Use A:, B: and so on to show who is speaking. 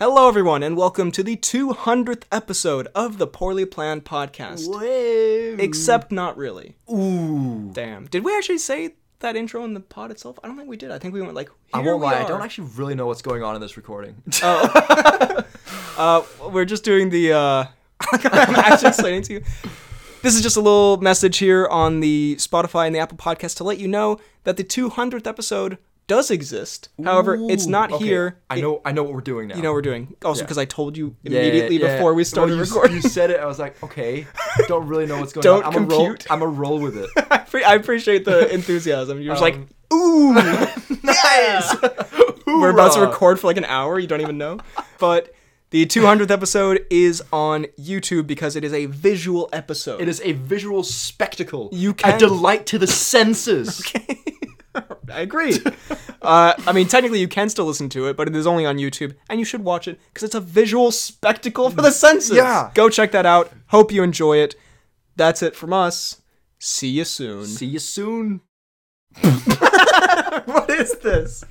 A: Hello, everyone, and welcome to the 200th episode of the Poorly Planned Podcast. Except not really.
B: Ooh.
A: Damn. Did we actually say that intro in the pod itself? I don't think we did. I think we went like,
B: I
A: "Here
B: won't
A: we
B: lie, I
A: are."
B: don't actually really know what's going on in this recording.
A: Uh, we're just doing the. Uh, I'm actually explaining to you. This is just a little message here on the Spotify and the Apple Podcast to let you know that the 200th episode does exist. However, it's not
B: Okay,
A: here.
B: I know I know what we're doing now.
A: You know what we're doing. Also, because I told you
B: Yeah,
A: immediately
B: yeah.
A: before we
B: Well,
A: started
B: you s-
A: recording.
B: You said it, I was like, okay, don't really know what's going
A: Don't
B: on. I'm a roll,
A: compute.
B: I'm a roll with it.
A: I, pre- I appreciate the enthusiasm. You're just like,
B: Um,
A: ooh, nice. We're about to
B: Hoorah.
A: record for like an hour. You don't even know. But the 200th episode is on YouTube because it is a visual episode.
B: It is a visual spectacle.
A: You
B: A
A: can-
B: delight to the senses.
A: I agree. uh, I mean, technically, you can still listen to it, but it is only on YouTube, and you should watch it because it's a visual spectacle for the senses.
B: Yeah.
A: Go check that out. Hope you enjoy it. That's it from us. See you soon.
B: See you soon.
A: what is this?